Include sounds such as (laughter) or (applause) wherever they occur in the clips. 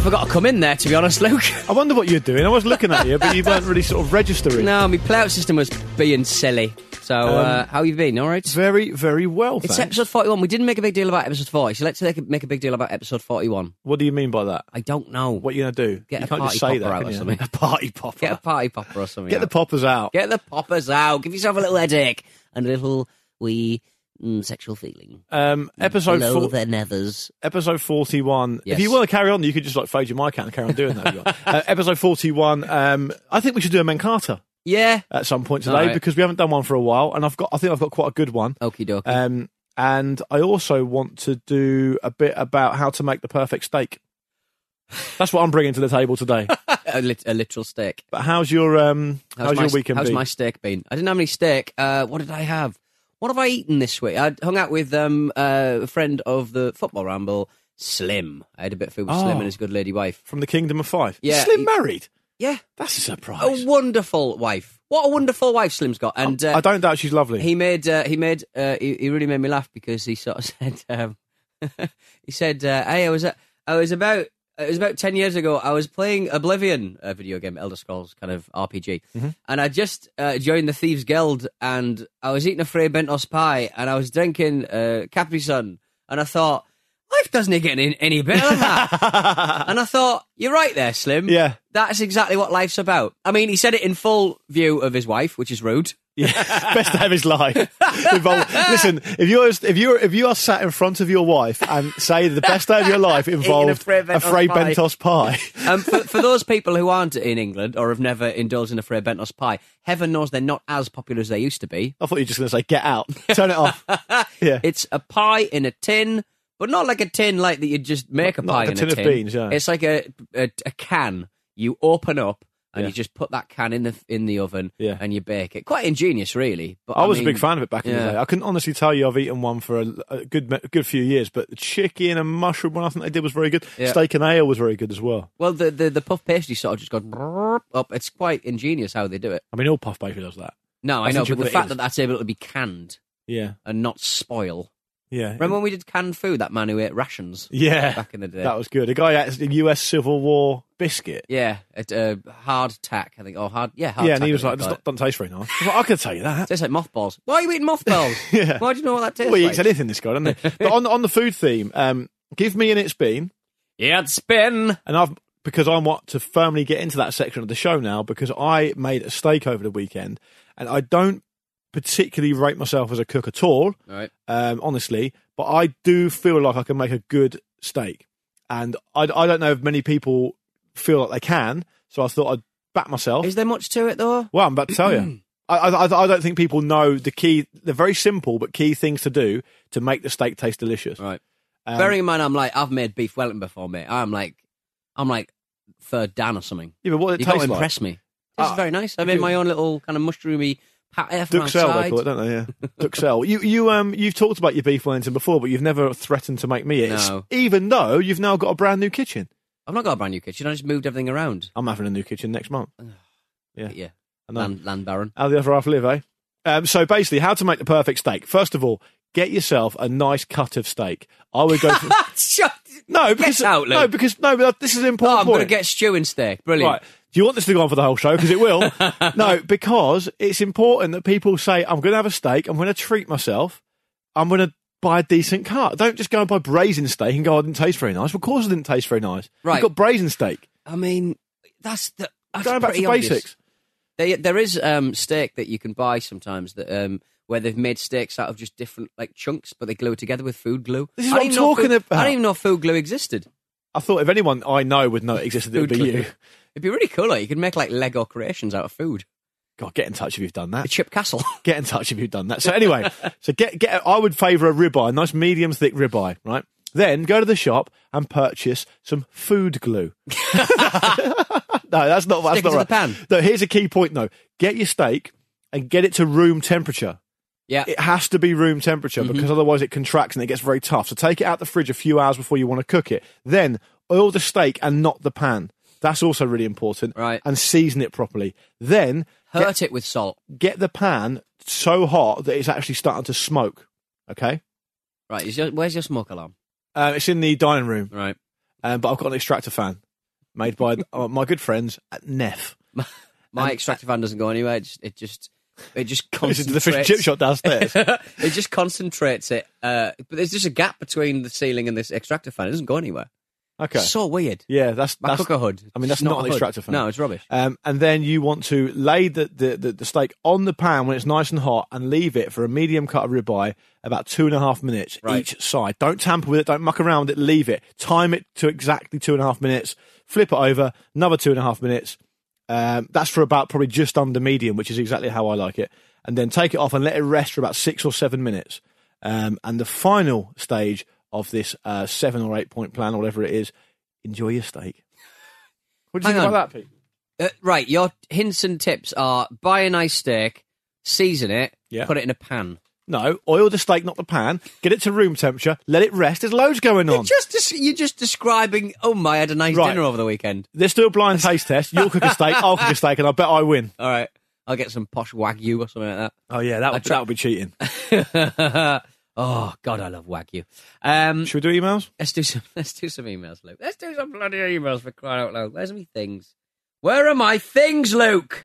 forgot to come in there, to be honest, Luke. (laughs) I wonder what you're doing. I was looking at you, but you weren't really sort of registering. no, my playout system was being silly. So, uh, how you been? All right. Very, very well. It's thanks. episode 41. We didn't make a big deal about episode 40, so let's make a, make a big deal about episode 41. What do you mean by that? I don't know. What are you going to do? Get you a can't party just say popper that. out can or you? something. (laughs) A party popper. Get a party popper or something. Get the out. poppers out. Get the poppers out. Give yourself a little headache and a little wee mm, sexual feeling. Um, episode Below four, their nethers. episode forty one. Yes. If you want to carry on, you could just like fade your mic out and carry on doing that. if you want. uh, episode forty one. Um, I think we should do a Mankata Yeah. at some point All today right. because we haven't done one for a while, and I've got. I think I've got quite a good one. Okie dokie. Um, and I also want to do a bit about how to make the perfect steak. That's what I'm bringing to the table today. a, lit- a literal steak. But how's your um? How's, my, your weekend? How's been? my steak been? I didn't have any steak. Uh, what did I have? What have I eaten this week? I hung out with um, uh, a friend of the football ramble, Slim. I had a bit of food with Slim Oh. and his good lady wife. From the Kingdom of Five. Yeah, Slim he- Oh, married. Yeah, That's a surprise. a wonderful wife. What a wonderful wife Slim's got. And uh, I don't doubt she's lovely. he made uh, he made uh, he, he really made me laugh because he sort of (laughs) said um, he said uh, hey I was at, I was about it was about 10 years ago I was playing Oblivion a video game Elder Scrolls kind of RPG and I just uh, joined the Thieves Guild and I was eating a Frey Bentos pie and I was drinking uh, Capri Sun and I thought life doesn't get any, any better than that and I thought you're right there Slim Yeah. that's exactly what life's about I mean he said it in full view of his wife which is rude Yeah. (laughs) Best day of (laughs) his life. Involved- Listen, if you're if you're if you are sat in front of your wife and say the best day of your (laughs) life a involved Fray Bentos Fray pie. Bentos pie. (laughs) um, for, for those people who aren't in England or have never indulged in a Frey Bentos pie, heaven knows they're not as popular as they used to be. I thought you were just going to say get out, turn (laughs) it off. Yeah. It's a pie in a tin, but not like a tin like that you just make a Not pie like a in tin a of tin. beans, yeah. It's like a, a a can you open up and Yeah. you just put that can in the in the oven Yeah. and you bake it. Quite ingenious, really. But I was mean, a big fan of it back in yeah. the day. I couldn't honestly tell you I've eaten one for a, a good a good few years, but the chicken and mushroom one I think they did was very good. Yeah. Steak and ale was very good as well. Well, the, the the puff pastry sort of just goes brrrr up. It's quite ingenious how they do it. I mean, all puff bakery does that. No, I That's know, actually but the what it fact is. that that's able to be canned Yeah, and not spoil. yeah, Remember when we did canned food? That man who ate rations. yeah. back in the day. That was good. A guy at the U.S. Civil War biscuit. yeah, at uh, hard tack, I think, or hard, yeah, hard yeah, tack, and he I was think like, they "This call not, doesn't taste very nice." I, was like, I could (laughs) tell you it. that. tastes like mothballs. Why are you eating mothballs? (laughs) Yeah. Why do you know what that tastes Well, he like? eats anything, this guy, (laughs) doesn't he? but on on the food theme, um, give me an it's been, Yeah, it's been. and I've because I want to firmly get into that section of the show now because I made a steak over the weekend, and I don't particularly rate myself as a cook at all, All right. um, honestly, but I do feel like I can make a good steak, and I, I don't know if many people feel like they can, so I thought I'd back myself. Is there much to it, though? Well, I'm about to tell you. I, I, I I don't think people know the key, the very simple but key things to do to make the steak taste delicious. Right. Um, Bearing in mind, I'm like, I've made beef Wellington before, mate. I'm like, I'm like third Dan or something. yeah, but what it You got tastes to like? impress me. This is Ah, very nice. I made do. my own little kind of mushroomy pat from Duck cell, they outside. call it, don't they? Yeah, duck cell. You, you, um, you've talked about your beef Wellington before, but you've never threatened to make me it. It's- No. Even though you've now got a brand new kitchen. I've not got a brand new kitchen. I just moved everything around. I'm having a new kitchen next month. Mm. Yeah. yeah. I know. Land, land baron. How the other half live, eh? Um, so basically, how to make the perfect steak. First of all, get yourself a nice cut of steak. I would go. (laughs) For, Shut. no, because out, Luke. no, because no, but this is an Oh, important. I'm going to point. get stew and steak. Brilliant. Right. Do you want this to go on for the whole show? Because (laughs) it will. no, because it's important that people say, I'm going to have a steak. I'm going to treat myself. I'm going to buy a decent cut. Don't just go and buy braising steak and go, I didn't taste very nice. Well, of course, it didn't taste very nice. Right. You've got braising steak. I mean, that's the that's Going back pretty to obvious. basics. There, there is um, steak that you can buy sometimes that um, where they've made steaks out of just different like chunks, but they glue it together with food glue. This is I what didn't I'm know talking food- I about. didn't even know food glue existed. I thought if anyone I know would know it existed, it would be Food glue. you. It'd be really cool. Like, you could make like Lego creations out of food. God, get in touch if you've done A that. chip castle. (laughs) Get in touch if you've done that. So anyway, so get get. I would favour a ribeye, a nice medium thick ribeye, right? Then go to the shop and purchase some food glue. (laughs) no, that's not. Stick That's it not to right. the pan. No, here's a key point though. Get your steak and get it to room temperature. Yeah. It has to be room temperature Mm-hmm. because otherwise it contracts and it gets very tough. So take it out the fridge a few hours before you want to cook it. Then oil the steak and not the pan. That's also really important. Right. And season it properly. Then get- Hurt it with salt. get the pan so hot that it's actually starting to smoke. Okay, Right. Is your, where's your smoke alarm? um, it's in the dining room, Right. um, but I've got an extractor fan, (laughs) made by uh, my good friends at Neff. My extractor fan doesn't go anywhere. It just it just, it (laughs) just This is Um, the concentrates. fish and chip shop downstairs. (laughs) it just concentrates it. Uh, but there's just a gap between the ceiling and this extractor fan. It doesn't go anywhere. Okay. It's so weird. yeah, that's My that's cooker hood. I mean, It's that's not a an hood. extractor fan. No, it's rubbish. Um, and then you want to lay the, the, the, the steak on the pan when it's nice and hot and leave it for a medium cut of ribeye about two and a half minutes Right. each side. Don't tamper with it, don't muck around with it, leave it. Time it to exactly two and a half minutes, flip it over, another two and a half minutes. Um, that's for about probably just under medium, which is exactly how I like it. And then take it off and let it rest for about six or seven minutes. Um, and the final stage of this uh, seven or eight point plan, or whatever it is, enjoy your steak. (laughs) What do you Hang on. think about that, Pete? Uh, right, your hints and tips are buy a nice steak, season it, Yeah. put it in a pan. No, oil the steak, not the pan. Get it to room temperature. Let it rest. There's loads going on. Just des- you're just describing. Oh my, I had a nice Right. dinner over the weekend. Let's do a blind (laughs) taste test. You'll cook a steak. I'll cook a steak, and I bet I win. All right, I'll get some posh wagyu or something like Oh yeah, that would, try- that would be cheating. that. (laughs) oh God, I love wagyu. Um, Should we do emails? let's do some. (laughs) Let's do some emails, Luke. Let's do some bloody emails for crying out loud. Where's my things? Where are my things, Luke?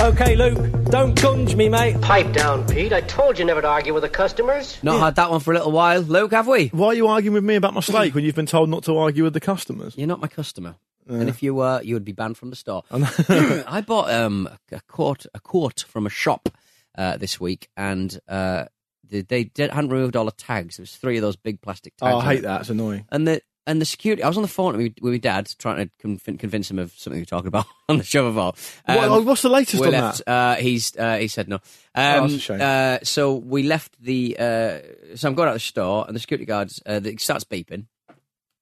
Okay, Luke, don't gunge me, mate. Pipe down, Pete. I told you never to argue with the customers. Not had that one for a little while, Luke. Have we? Why are you arguing with me (clears throat) about my steak when you've been told not to argue with the customers? You're not my customer. And if you were, you would be banned from the store. (clears throat) I bought um, a quart a quart from a shop uh, this week, and uh, they, they did, hadn't removed all the tags. There was three of those big plastic tags. Oh, on I hate it. that. It's annoying. And the and the security. I was on the phone with with my dad trying to convin- convince him of something we were talking about (laughs) on the show of all. What- what's the latest we on Um, Oh, left, Uh, he's uh, he said no. Um, that's a shame. Uh, so we left the. Uh, so I'm going out of the store, and the security guards uh, it starts beeping,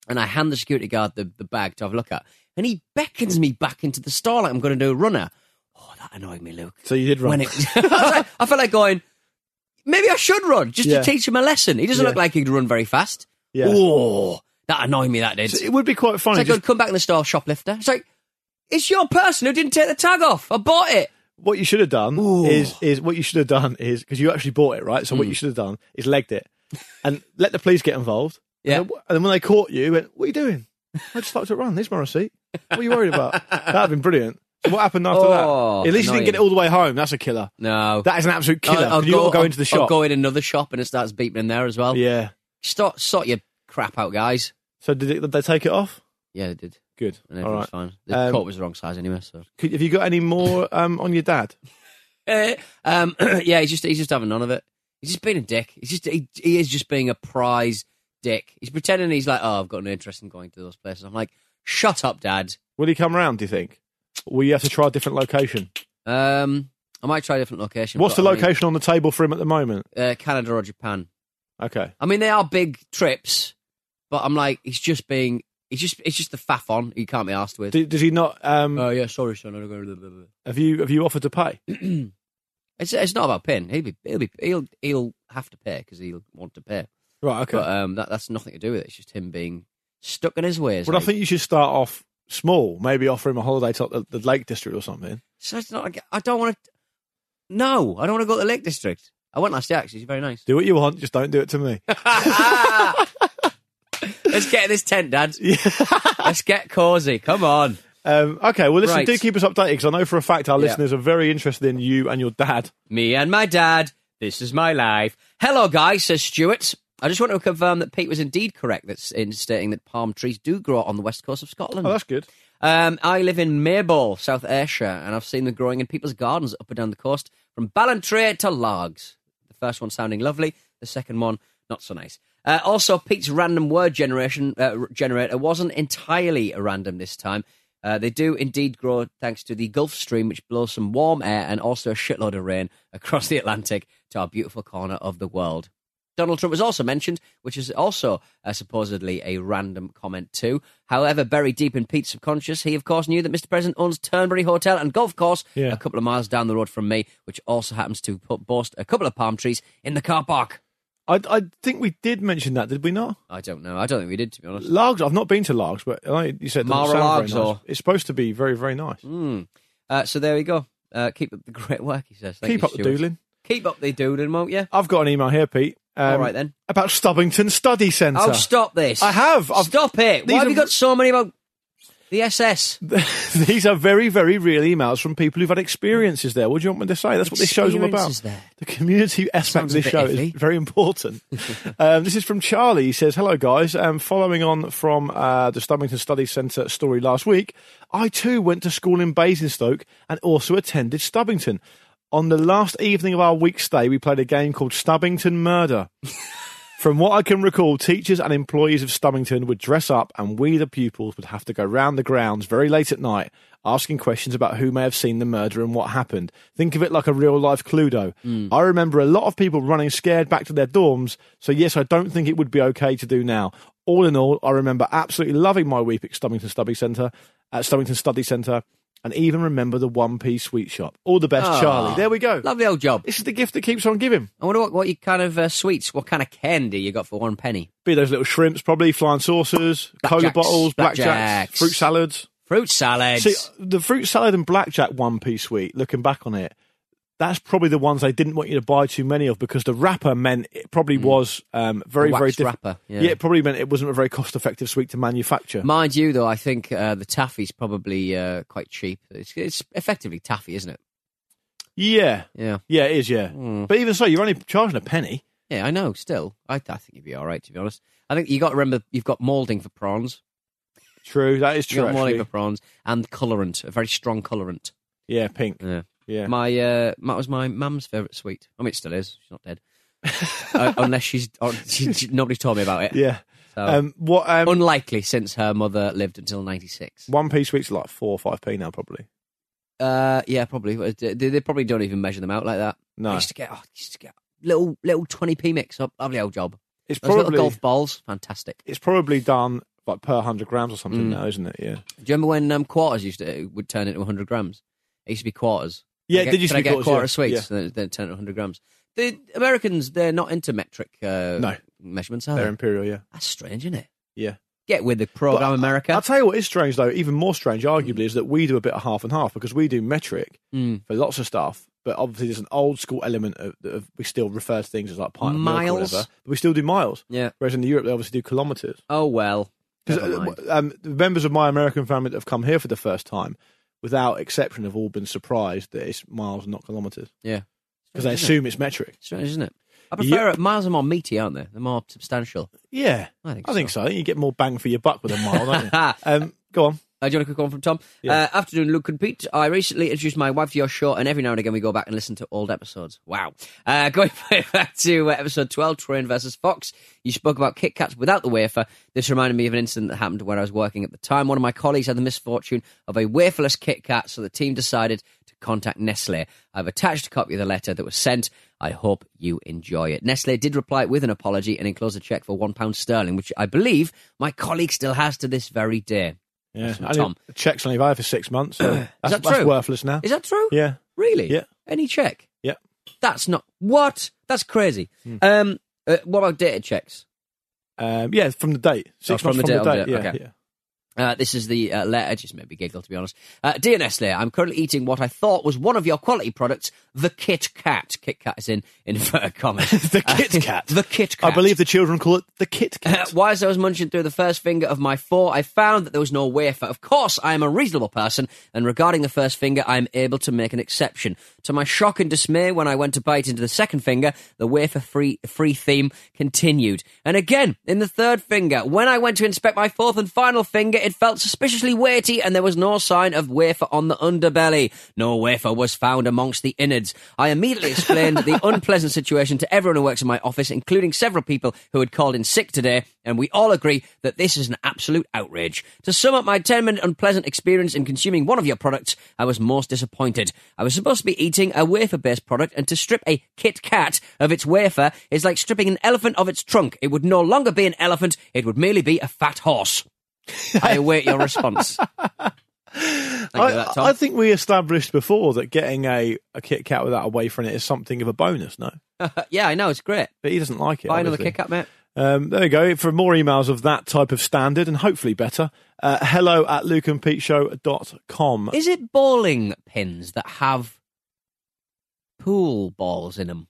and I hand the security guard the, the bag to have a look at, and he beckons me back into the store like I'm going to do a runner. Oh, that annoyed me, Luke. So you did run. When it, (laughs) I, was like- I felt like going. Maybe I should run just Yeah. to teach him a lesson. He doesn't Yeah. look like he'd run very fast. Yeah. Oh, that annoyed me. That did. So it would be quite funny. It's like, Just, I'd come back in the store, shoplifter. It's like, it's your person who didn't take the tag off. I bought it. what you should have done Ooh. Hmm. is is what you should have done is because you actually bought it, right? So what you should have done is legged it and let the police get involved. Yeah. And then, and then when they caught you, you went, "What are you doing? I just like to run. Here's my receipt. What are you (laughs) worried about?" That'd have been brilliant. So what happened after Oh, that? At least you didn't get it annoying. all the way home. That's a killer. No. That is an absolute killer. I'll, I'll 'cause you all go into the I'll- shop. I'll go in another shop and it starts beeping in there as well. yeah. Stop, sort your crap out, guys. So did, it, did they take it off? Yeah, they did. Good. And all everything's right. fine. The Um, coat was the wrong size anyway, so. Could, have you got any more um, on your dad? Eh, um, (clears throat) yeah, he's just he's just having none of it. He's just being a dick. He's just he, he is just being a prize dick. He's pretending he's like, oh, I've got no interest in going to those places. I'm like, shut up, dad. Will he come round? Do you think? Will you have to try a different location? Um, I might try a different location. What's the but I mean, location on the table for him at the moment? uh, Canada or Japan? Okay. I mean, they are big trips, but I'm like, he's just being, he's just, it's just the faff on. He can't be asked with. Do, does he not? Um, Oh yeah, sorry, son. I don't go. have you have you offered to pay? It's it's not about paying. He'll be he'll be he'll he'll have to pay because he'll want to pay. Right. Okay. But um, that that's nothing to do with it. It's just him being stuck in his ways. Well, I like. think you should start off small. Maybe offer him a holiday to uh, the, the Lake District or something. so. It's not. like- I don't want to. No, I don't want to go to the Lake District. I went last year. Actually, it's very nice. Do what you want, just don't do it (laughs) to me. Let's get in this tent, (laughs) Dad. Let's get cozy. Come on. Um, okay. Well, listen. Right. Do keep us updated because I know for a fact our Yeah. listeners are very interested in you and your dad. Me and my dad. This is my life. Hello, guys, says Stuart. I just want to confirm that Pete was indeed correct that's in stating that palm trees do grow on the west coast of Scotland. Oh, that's good. um, I live in Maybole, South Ayrshire, and I've seen them growing in people's gardens up and down the coast, from Ballantrae to Largs. The first one sounding lovely, the second one not so nice. Uh, also, Pete's random word generation uh, r- generator wasn't entirely random this time. Uh, they do indeed grow thanks to the Gulf Stream, which blows some (laughs) warm air and also a shitload of rain across the Atlantic to our beautiful corner of the world. Donald Trump was also mentioned, which is also uh, supposedly a random comment too. However, buried deep in Pete's subconscious, he of course knew that Mr. President owns Turnberry Hotel and Golf Course Yeah. a couple of miles down the road from me, which also happens to put, boast a couple of palm trees in the car park. I, I think we did mention that, did we not? I don't know. I don't think we did, to be honest. Largs. I've not been to Largs, but I know you said it doesn't sound Mar-a-Lags very nice. or- It's supposed to be very, very nice. Uh, so there we go. Uh, keep up the great work, he says. Thank Keep you, up the Stuart. doodling. Keep up the doodling, won't you? I've got an email here, Pete. Um, All right, then. About Stubbington Study Centre. Oh, stop this. I have. I've- Stop it. These Why have are- you got so many about the SS? (laughs) These are very, very real emails from people who've had experiences there. What do you want me to say? That's what this show's all about. Experiences there. The community aspect Sounds of a this bit show is iffy. (laughs) very important. um, this is from Charlie. He says, Hello, guys. Um, following on from uh, the Stubbington Study Centre story last week, I too went to school in Basingstoke and also attended Stubbington. On the last evening of our week's stay, we played a game called Stubbington Murder. From what I can recall, teachers and employees of Stubbington would dress up, and we, the pupils, would have to go round the grounds very late at night, asking questions about who may have seen the murder and what happened. Think of it like a real life Cluedo. I remember a lot of people running scared back to their dorms, so yes, I don't think it would be okay to do now. All in all, I remember absolutely loving my week at Stubbington Study Centre, at Stubbington Study Centre, and even remember the One Piece Sweet Shop. All the best, Oh. Charlie. There we go. Lovely old job. This is the gift that keeps on giving. I wonder what, what you kind of uh, sweets, what kind of candy you got for one penny. Be those little shrimps, probably flying saucers, cola Blackjacks. bottles, blackjacks, Blackjacks. fruit salads. Fruit salads. See, the fruit salad and blackjack one piece sweet, looking back on it, that's probably the ones they didn't want you to buy too many of because the wrapper meant it probably was um, very, Mm. A very wax diff- wrapper, yeah. it probably meant it wasn't a very cost effective sweet to manufacture. Mind you, though, I think uh, the taffy's probably uh, quite cheap. It's, it's effectively taffy, isn't it? yeah. Yeah. Yeah, it is, yeah. Hmm. But even so, you're only charging a penny. Yeah, I know. Still, I, I think you'd be all right, to be honest. I think you got to remember you've got moulding for prawns. True, that is You've true. got moulding for actually. prawns and colorant, a very strong colorant. Yeah, pink. Yeah. Yeah. My uh, that was my mum's favourite sweet. I mean, it still is. She's not (laughs) dead, uh, unless she's or, she, she- nobody told me about it. yeah. So, Um, what, um, unlikely since her mother lived until ninety six. one piece sweets are like four or five p now, probably. Uh, yeah, probably. Uh, They, they probably don't even measure them out like that. No. I used to get, oh, I used to get little little twenty p mix up. Lovely old job. It's Those probably little golf balls, fantastic. it's probably done like per hundred grams or something Mm. now, isn't it? Yeah. Do you remember when um, quarters used to it would turn into hundred grams? It used to be quarters. Yeah, I get, it did used could to I be get quarters, quarter yeah. sweets Yeah. and then, then turn it into hundred grams? The Americans, they're not into metric uh, No. measurements, are they? They're imperial, yeah, That's strange, isn't it? yeah. Get with the program, But America. I'll tell you what is strange though, even more strange, arguably, is that we do a bit of half and half because we do metric Mm. for lots of stuff. But obviously, there's an old school element of, of we still refer to things as like pint of milk or Miles? whatever, but we still do miles. Yeah. Whereas in Europe, they obviously do kilometers. oh well. Because Never mind. um, the members of my American family that have come here for the first time, without exception, have all been surprised that it's miles, not kilometers, Yeah. because Isn't they it? assume it's metric. Strange, isn't it? I Yeah. prefer it. Miles are more meaty, aren't they? They're more substantial. Yeah, I think I think so. I think you get more bang for your buck with a mile, don't you? (laughs) um, go on. Uh, do you want a quick one from Tom? Yeah. Uh, afternoon, Luke and Pete. I recently introduced my wife to your show, and every now and again we go back and listen to old episodes. Wow. Uh, (laughs) going back to uh, episode 12, Train versus Fox, you spoke about Kit Kats without the wafer. This reminded me of an incident that happened when I was working at the time. One of my colleagues had the misfortune of a waferless Kit Kat, so the team decided to contact Nestle. I've attached a copy of the letter that was sent. I hope you enjoy it. Nestle did reply with an apology and enclosed a cheque for £1 sterling, which I believe my colleague still has to this very day. Yeah, from I Tom. didn't- checks only valid for six months. (coughs) So that's, that that's true? worthless now. Is that true? Yeah, Really? Yeah. Any check? yeah. That's not what. That's crazy. Hmm. Um, uh, what about data checks? Um, yeah, from the date. Six Oh, from months the from the date date. of the- yeah, okay. yeah. Uh, this is the uh, letter. It just made me giggle, to be honest. Uh, Dear Nestle, I'm currently eating what I thought was one of your quality products, the Kit Kat. Kit Kat is in (laughs) inverted commas. (laughs) The Uh, Kit (laughs) Kat. the Kit Kat. I believe the children call it (laughs) the Kit Uh, Kat. whilst I was munching through the first finger of my four, I found that there was no wafer. Of course, I am a reasonable person, and regarding the first finger, I am able to make an exception. To my shock and dismay, when I went to bite into the second finger, the wafer free free theme continued. And again, in the third finger, when I went to inspect my fourth and final finger, it felt suspiciously weighty, and there was no sign of wafer on the underbelly. No wafer was found amongst the innards. I immediately explained the unpleasant situation to everyone who works in my office, including several people who had called in sick today, and we all agree that this is an absolute outrage. To sum up my 10 minute unpleasant experience in consuming one of your products, I was most disappointed. I was supposed to be eating eating a wafer based product, and to strip a Kit Kat of its wafer is like stripping an elephant of its trunk. It would no longer be an elephant, it would merely be a fat horse. I await your response. (laughs) Thank you for I, that, Tom. I think we established before that getting a, a Kit Kat without a wafer in it is something of a bonus, no? yeah, I know, it's great. But he doesn't like it. Buy another obviously. Kit Kat, mate. Um, there you go. For more emails of that type of standard and hopefully better, uh, hello at lukeandpeteshow.com. Is it bowling pins that have pool balls in them?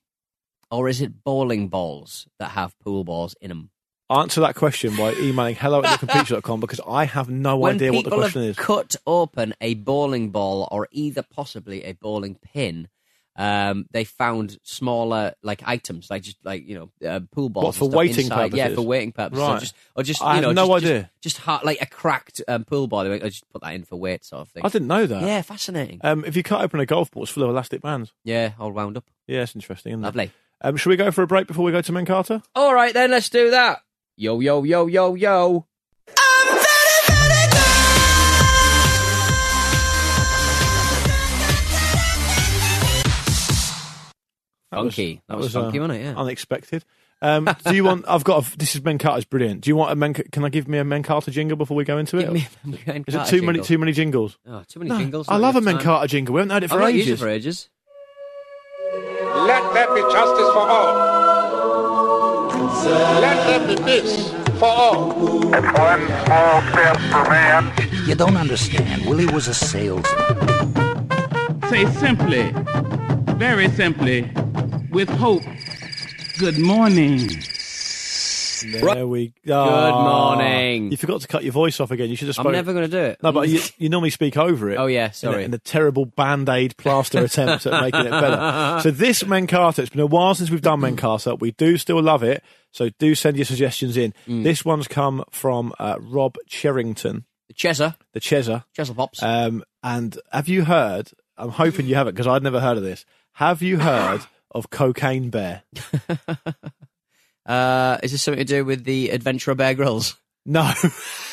Or is it bowling balls that have pool balls in them? Answer that question by emailing hello (laughs) at lukeandpeteshow.com because I have no when idea what the people question have is. cut open a bowling ball or either possibly a bowling pin, um, they found smaller like items, like just like you know uh, pool balls What, for and stuff waiting inside. Yeah, purposes? for waiting purposes. Or Right. just, or just I you know, have no just, just- idea. Just, ha- like a cracked um, pool ball. They went, I just put that in for weight, sort of thing. I didn't know that. Yeah, fascinating. Um, if you cut open a golf ball, it's full of elastic bands. yeah, all wound up. Yeah, it's interesting. Isn't it? Lovely. Um, should we go for a break before we go to Menkata? All right, then let's do that. Yo, yo, yo, yo, yo. That was- Funky. That was funky, wasn't it? Yeah. Unexpected. Um, do (laughs) you want? I've got. A, this is Menkata's brilliant. Do you want a Men? Can I give me a Menkata jingle before we go into it? Give me a Man is it Carter too many? jingle. Too many jingles? Oh, too many jingles? I not love a enough time. Menkata jingle. We haven't had it I've for not used it ages. for ages. Let there be justice for all. Let there be peace for all. It's one small step for man. You don't understand. Willie was a salesman. Say simply, very simply, with hope, good morning. There we go. Good morning. You forgot to cut your voice off again. You should have I'm spoken. never going to do it. No, but you, you normally speak over it. Oh, yeah, in a- sorry. In a, terrible band-aid plaster attempt at making (laughs) it better. So this Menkata, it's been a while since we've Mm. done Menkata. We do still love it. So do send your suggestions in. Mm. This one's come from uh, Rob Cherrington, Chesa, the Chesa. Chesa Pops. Um, and have you heard? I'm hoping you haven't because I'd never heard of this. Have you heard of Cocaine Bear? Uh, is this something to do with the adventure of Bear Grylls? (laughs) No,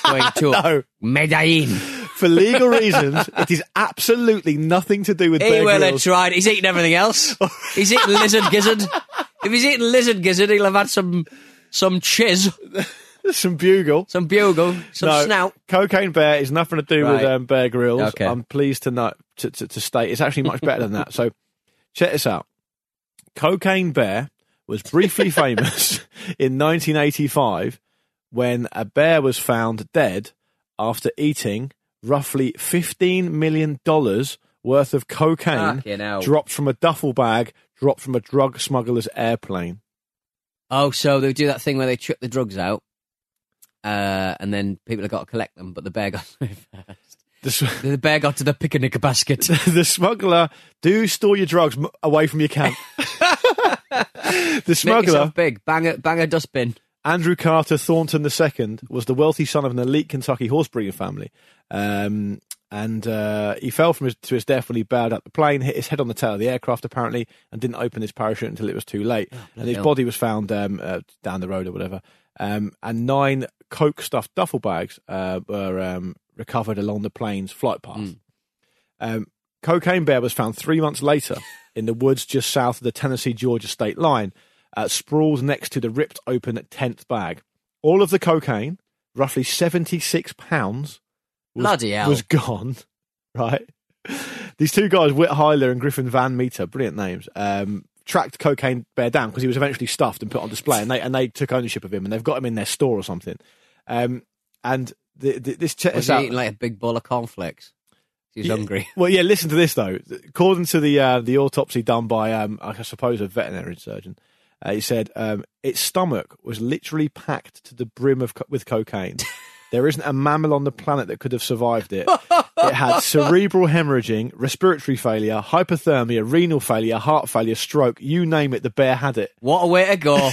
Going to no. Medellin. For (laughs) legal reasons, it is absolutely nothing to do with He Bear will have Grylls. tried. He's eating everything else. he's eating lizard (laughs) gizzard. If he's eating lizard gizzard, he'll have had some some chiz, Some bugle. some bugle, some no, snout. Cocaine Bear is nothing to do with Right. um, Bear Grylls. Okay. I'm pleased to know to, to, to state it's actually much better than that. So check this out. Cocaine Bear (laughs) was briefly famous in 1985 when a bear was found dead after eating roughly 15 million dollars worth of cocaine Fucking hell. dropped from a duffel bag dropped from a drug smuggler's airplane. Oh, so they do that thing where they chuck the drugs out, uh, and then people have got to collect them, but the bear (laughs) got The sm- the bear got to the picnic basket. (laughs) the smuggler do store your drugs m- away from (laughs) your camp. the Make smuggler yourself big, bang a bang a dustbin. Andrew Carter Thornton II was the wealthy son of an elite Kentucky horse breeding family, um, and uh, he fell from his, to his death when he bowed out the plane, hit his head on the tail of the aircraft apparently, and didn't open his parachute until it was too late. and his Oh, hell. body was found um, uh, down the road or whatever, um, and nine coke stuffed duffel bags uh, were um, recovered along the plane's flight path. Hmm. Um, Cocaine Bear was found three months later in the woods just south of the Tennessee Georgia state line, uh, sprawled next to the ripped open 10th bag. All of the cocaine, roughly 76 pounds, was, Bloody hell. was gone, (laughs) right? These two guys, Whit Hyler and Griffin Van Meter, brilliant names, um, tracked Cocaine Bear down because he was eventually stuffed and put on display, and they, and they took ownership of him, and they've got him in their store or something. Um, and the, the, this check Was this he out. eating like a big bowl of cornflakes? He was Yeah. hungry. (laughs) Well, yeah. Listen to this though. According to the uh, the autopsy done by, um, I suppose, a veterinary surgeon, uh, he said um, its stomach was literally packed to the brim of co- (laughs) with cocaine. there isn't a mammal on the planet that could have survived it. it had cerebral hemorrhaging, respiratory failure, hypothermia, renal failure, heart failure, stroke. You name it, the bear (laughs) had it. What a way to (laughs) go!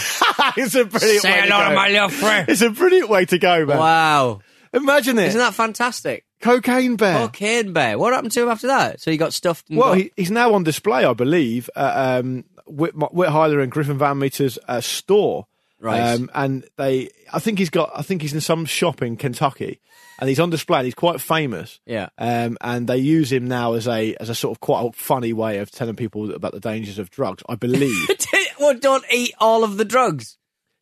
it's a brilliant Say way to hello to go. my little friend. It's a brilliant way to go, man. Wow, Imagine it. isn't that fantastic? cocaine bear? Cocaine bear. What happened to him after that? So he got stuffed. And Well, got- he, he's now on display, I believe, at um, Whit, Whit Hyler and Griffin Van Meter's uh, store. Right. Um, and they, I think he's got, I think he's in some shop in Kentucky, and he's on display. And he's quite famous. Yeah. (laughs) Um, and they use him now as a as a sort of quite a funny way of telling people about the dangers of drugs. I (laughs) believe. well, don't eat all of the drugs.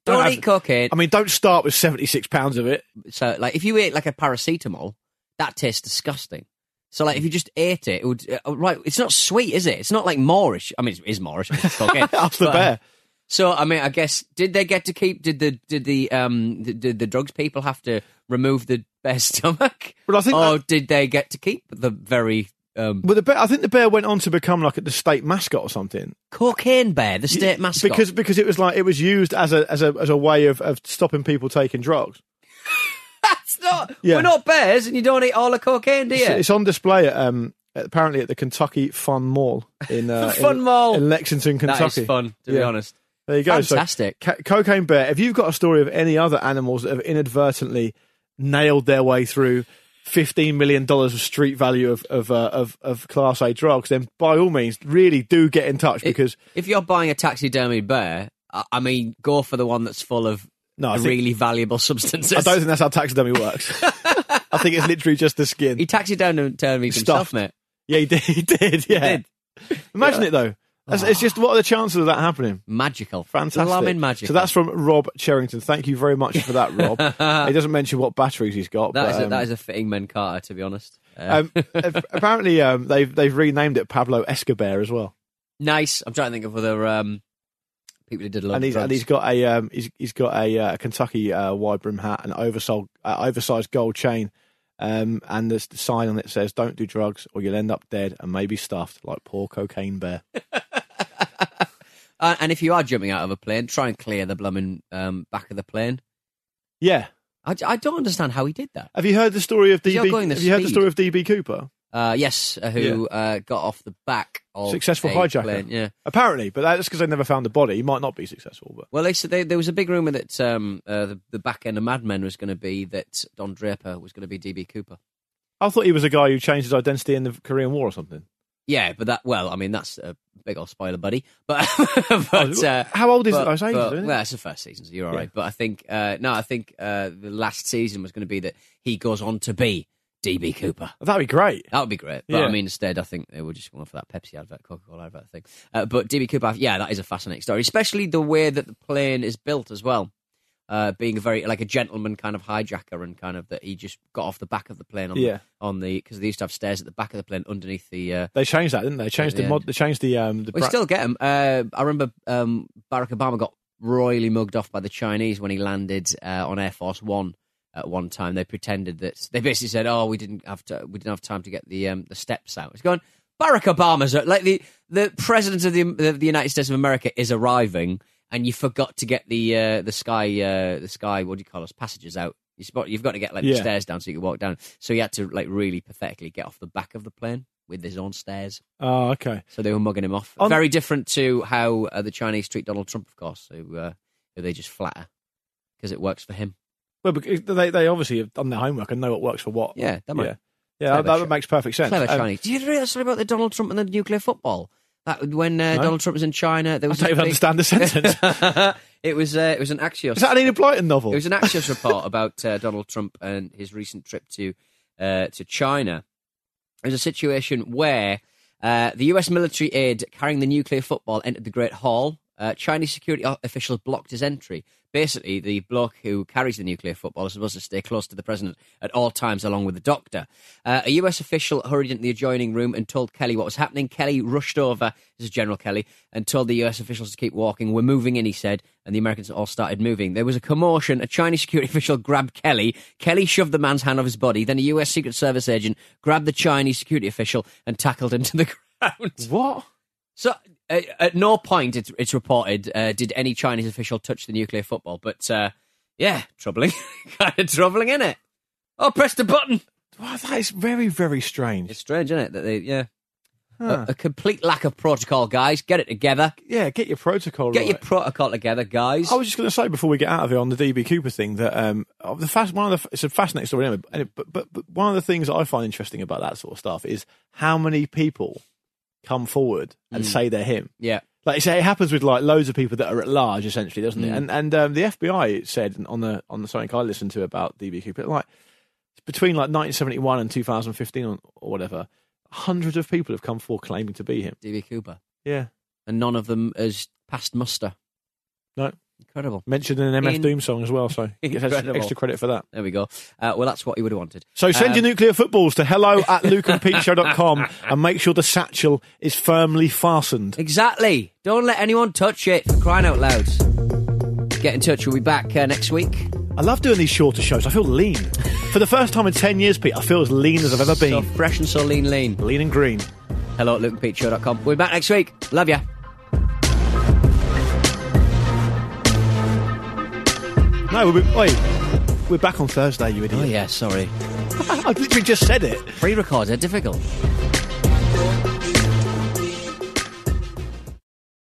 Don't, Don't have- eat cocaine. I mean, don't start with seventy six pounds of it. so, like, if you ate like a paracetamol, that tastes disgusting. So, like, if you just ate it, it would uh, right. It's not sweet, is it? It's not like Moorish. I mean, it is Moorish. It's (laughs) cocaine. Ask the But, bear. So, I mean, I guess did they get to keep? Did the did the um the, did the drugs people have to remove the bear's (laughs) stomach? Well, I think or that- did they get to keep the very um But the bear, I think the bear went on to become like the state mascot or something. cocaine bear, the state mascot? (laughs) Because because it was like it was used as a as a as a way of, of stopping people taking drugs. It's not. Yeah. We're not bears, and you don't eat all the cocaine, do you? It's, it's on display at, um apparently at the Kentucky Fun Mall (laughs) in uh, Fun in, Mall. in Lexington, Kentucky. That is fun, to be Yeah. honest. There you go. So, Fantastic. ca- cocaine bear. Have you got a story of any other animals that have inadvertently nailed their way through? Fifteen million dollars of street value of of, uh, of of class A drugs. Then, by all means, really do get in touch because If you're buying a taxidermy bear, I I mean, go for the one that's full of No, I think- really valuable (laughs) substances. I don't think that's how taxidermy (laughs) works. I think it's literally just the skin. he taxidermied himself, Stuffed. mate. yeah, he did. (laughs) He did. Yeah. did. Imagine it though. That's- It's just what are the chances of that happening? Magical. Fantastic. Blimey magical. So that's from Rob Cherrington. Thank you very much for that, (laughs) Rob. he doesn't mention what batteries he's got. That but, is a, um, that is a fitting men Carter, to be honest. Uh, (laughs) um, ap- apparently, um, they've they've renamed it Pablo Escobar as well, nice. I'm trying to think of other um, people who did a lot and of he's drugs. and he's got a um, he's he's got a, uh, a Kentucky uh, wide brim hat, an oversized uh, oversized gold chain, um, and there's the sign on it says "Don't do drugs, or you'll end up dead and maybe stuffed like poor (laughs) cocaine bear." Uh, and if you are jumping out of a plane, try and clear the blooming um, back of the plane. Yeah, I, I don't understand how he did that. have you heard the story of Is he DB? outgoing Have the you heard the speed? story of DB Cooper? Uh, yes, uh, who uh, got off the back of Successful a hijacker. plane, Yeah. Apparently, but that's because they never found the body. He might not be successful, but Well, they said they, there was a big rumor that um, uh, the, the back end of Mad Men was going to be that Don Draper was going to be DB Cooper. I thought he was a guy who changed his identity in the Korean War or something. Yeah, but that well, I mean that's a big old spoiler, buddy. (laughs) (laughs) But but uh, Oh, How old is but, it? I was ages, but- isn't it? Well, that's the first season, so you're all Yeah. right. But I think uh, no, I think uh, the last season was going to be that he goes on to be DB Cooper. That'd be great. That would be great. But Yeah. I mean, instead, I think they were just going for that Pepsi advert, Coca Cola advert thing. Uh, but DB Cooper, yeah, that is a fascinating story, especially the way that the plane is built as well. Uh, being a very like a gentleman kind of hijacker and kind of that he just got off the back of the plane on Yeah. the, on the because they used to have stairs at the back of the plane underneath the. Uh, They changed that, didn't they? They Changed the the, mod. They changed the um. The we bra- still get him. Uh, I remember um, Barack Obama got royally mugged off by the Chinese when he landed uh, on Air Force One at one time. They pretended that they basically said, "Oh, we didn't have to, we didn't have time to get the um, the steps out." It's going. Barack Obama's uh, like the the president of the of the United States of America is arriving, and you forgot to get the uh, the sky uh, the sky what do you call us passages out. You spot, you've got to get like the Yeah. stairs down so you can walk down. So he had to like really pathetically get off the back of the plane with his own stairs. oh, okay. So they were mugging him off. On- Very different to how uh, the Chinese treat Donald Trump, of course, who, uh, who they just flatter because it works for him. Well, because they they obviously have done their homework and know what works for what. Yeah, that might- yeah, yeah. Clever That, that shit. makes perfect sense. Clever Um, Chinese. Do you hear that story about the Donald Trump and the nuclear football? That when uh, No. Donald Trump was in China, there I was. don't this even big- understand (laughs) the sentence. it was uh, it was an Axios. Is that an Enid Blyton novel? It was an Axios report about uh, Donald Trump and his recent trip to uh, to China. It was a situation where uh, the U.S. military aid carrying the nuclear football entered the Great Hall. Uh, Chinese security o- officials blocked his entry. Basically, the bloke who carries the nuclear football is supposed to stay close to the president at all times, along with the doctor. Uh, a U.S. official hurried into the adjoining room and told Kelly what was happening. Kelly rushed over, this is General Kelly, and told the U.S. officials to keep walking. We're moving in, he said, and the Americans all started moving. There was a commotion. A Chinese security (laughs) official grabbed Kelly. Kelly shoved the man's hand off his body. Then a U.S. Secret Service agent grabbed the Chinese security official and tackled him (laughs) to the ground. what? So, uh, at no point, it's, it's reported, uh, did any Chinese official touch the nuclear football. But, uh, yeah, troubling. (laughs) kind of troubling, is it? Oh, press the button. Wow, that is very very strange. It's strange, isn't it? That they, yeah. Huh. A, a complete lack of protocol, guys. Get it together. yeah, get your protocol. Get right. Oh, your protocol together, guys. I was just going to say before we get out of here on the DB Cooper thing that um, of the fast one of the it's a fascinating story anyway, and it- but, but but one of the things that I find interesting about that sort of stuff is how many people come forward Mm. and say they're him. yeah. Like you say, it happens with like loads of people that are at large, Mm. essentially, doesn't it? And and um, the FBI said on the on the something I listened to about DB Cooper, like between like 1971 and 2015 or, or whatever, hundreds of people have come forward claiming to be him. DB Cooper, Yeah. and none of them has passed muster. No. Incredible. Mentioned in an MF In- Doom song as (laughs) well, so he gets extra, Incredible. extra credit for that. There we go. Uh, well, that's what he would have wanted. So send Um, your nuclear footballs (laughs) to hello at lukeandpeteshow.com and make sure the satchel is firmly fastened. Exactly. Don't let anyone touch it for crying out loud. Get in touch. We'll be back uh, next week. I love doing these shorter shows. I feel lean. For the first time in 10 years, Pete, I feel as lean as I've ever So been. fresh and so lean, lean. Lean and green. Hello at lukeandpeteshow.com. We'll be back next week. Love ya. No, we're, wait, we're back on Thursday, you idiot. Oh, yeah, sorry. I've literally just said it. Pre recorded, difficult.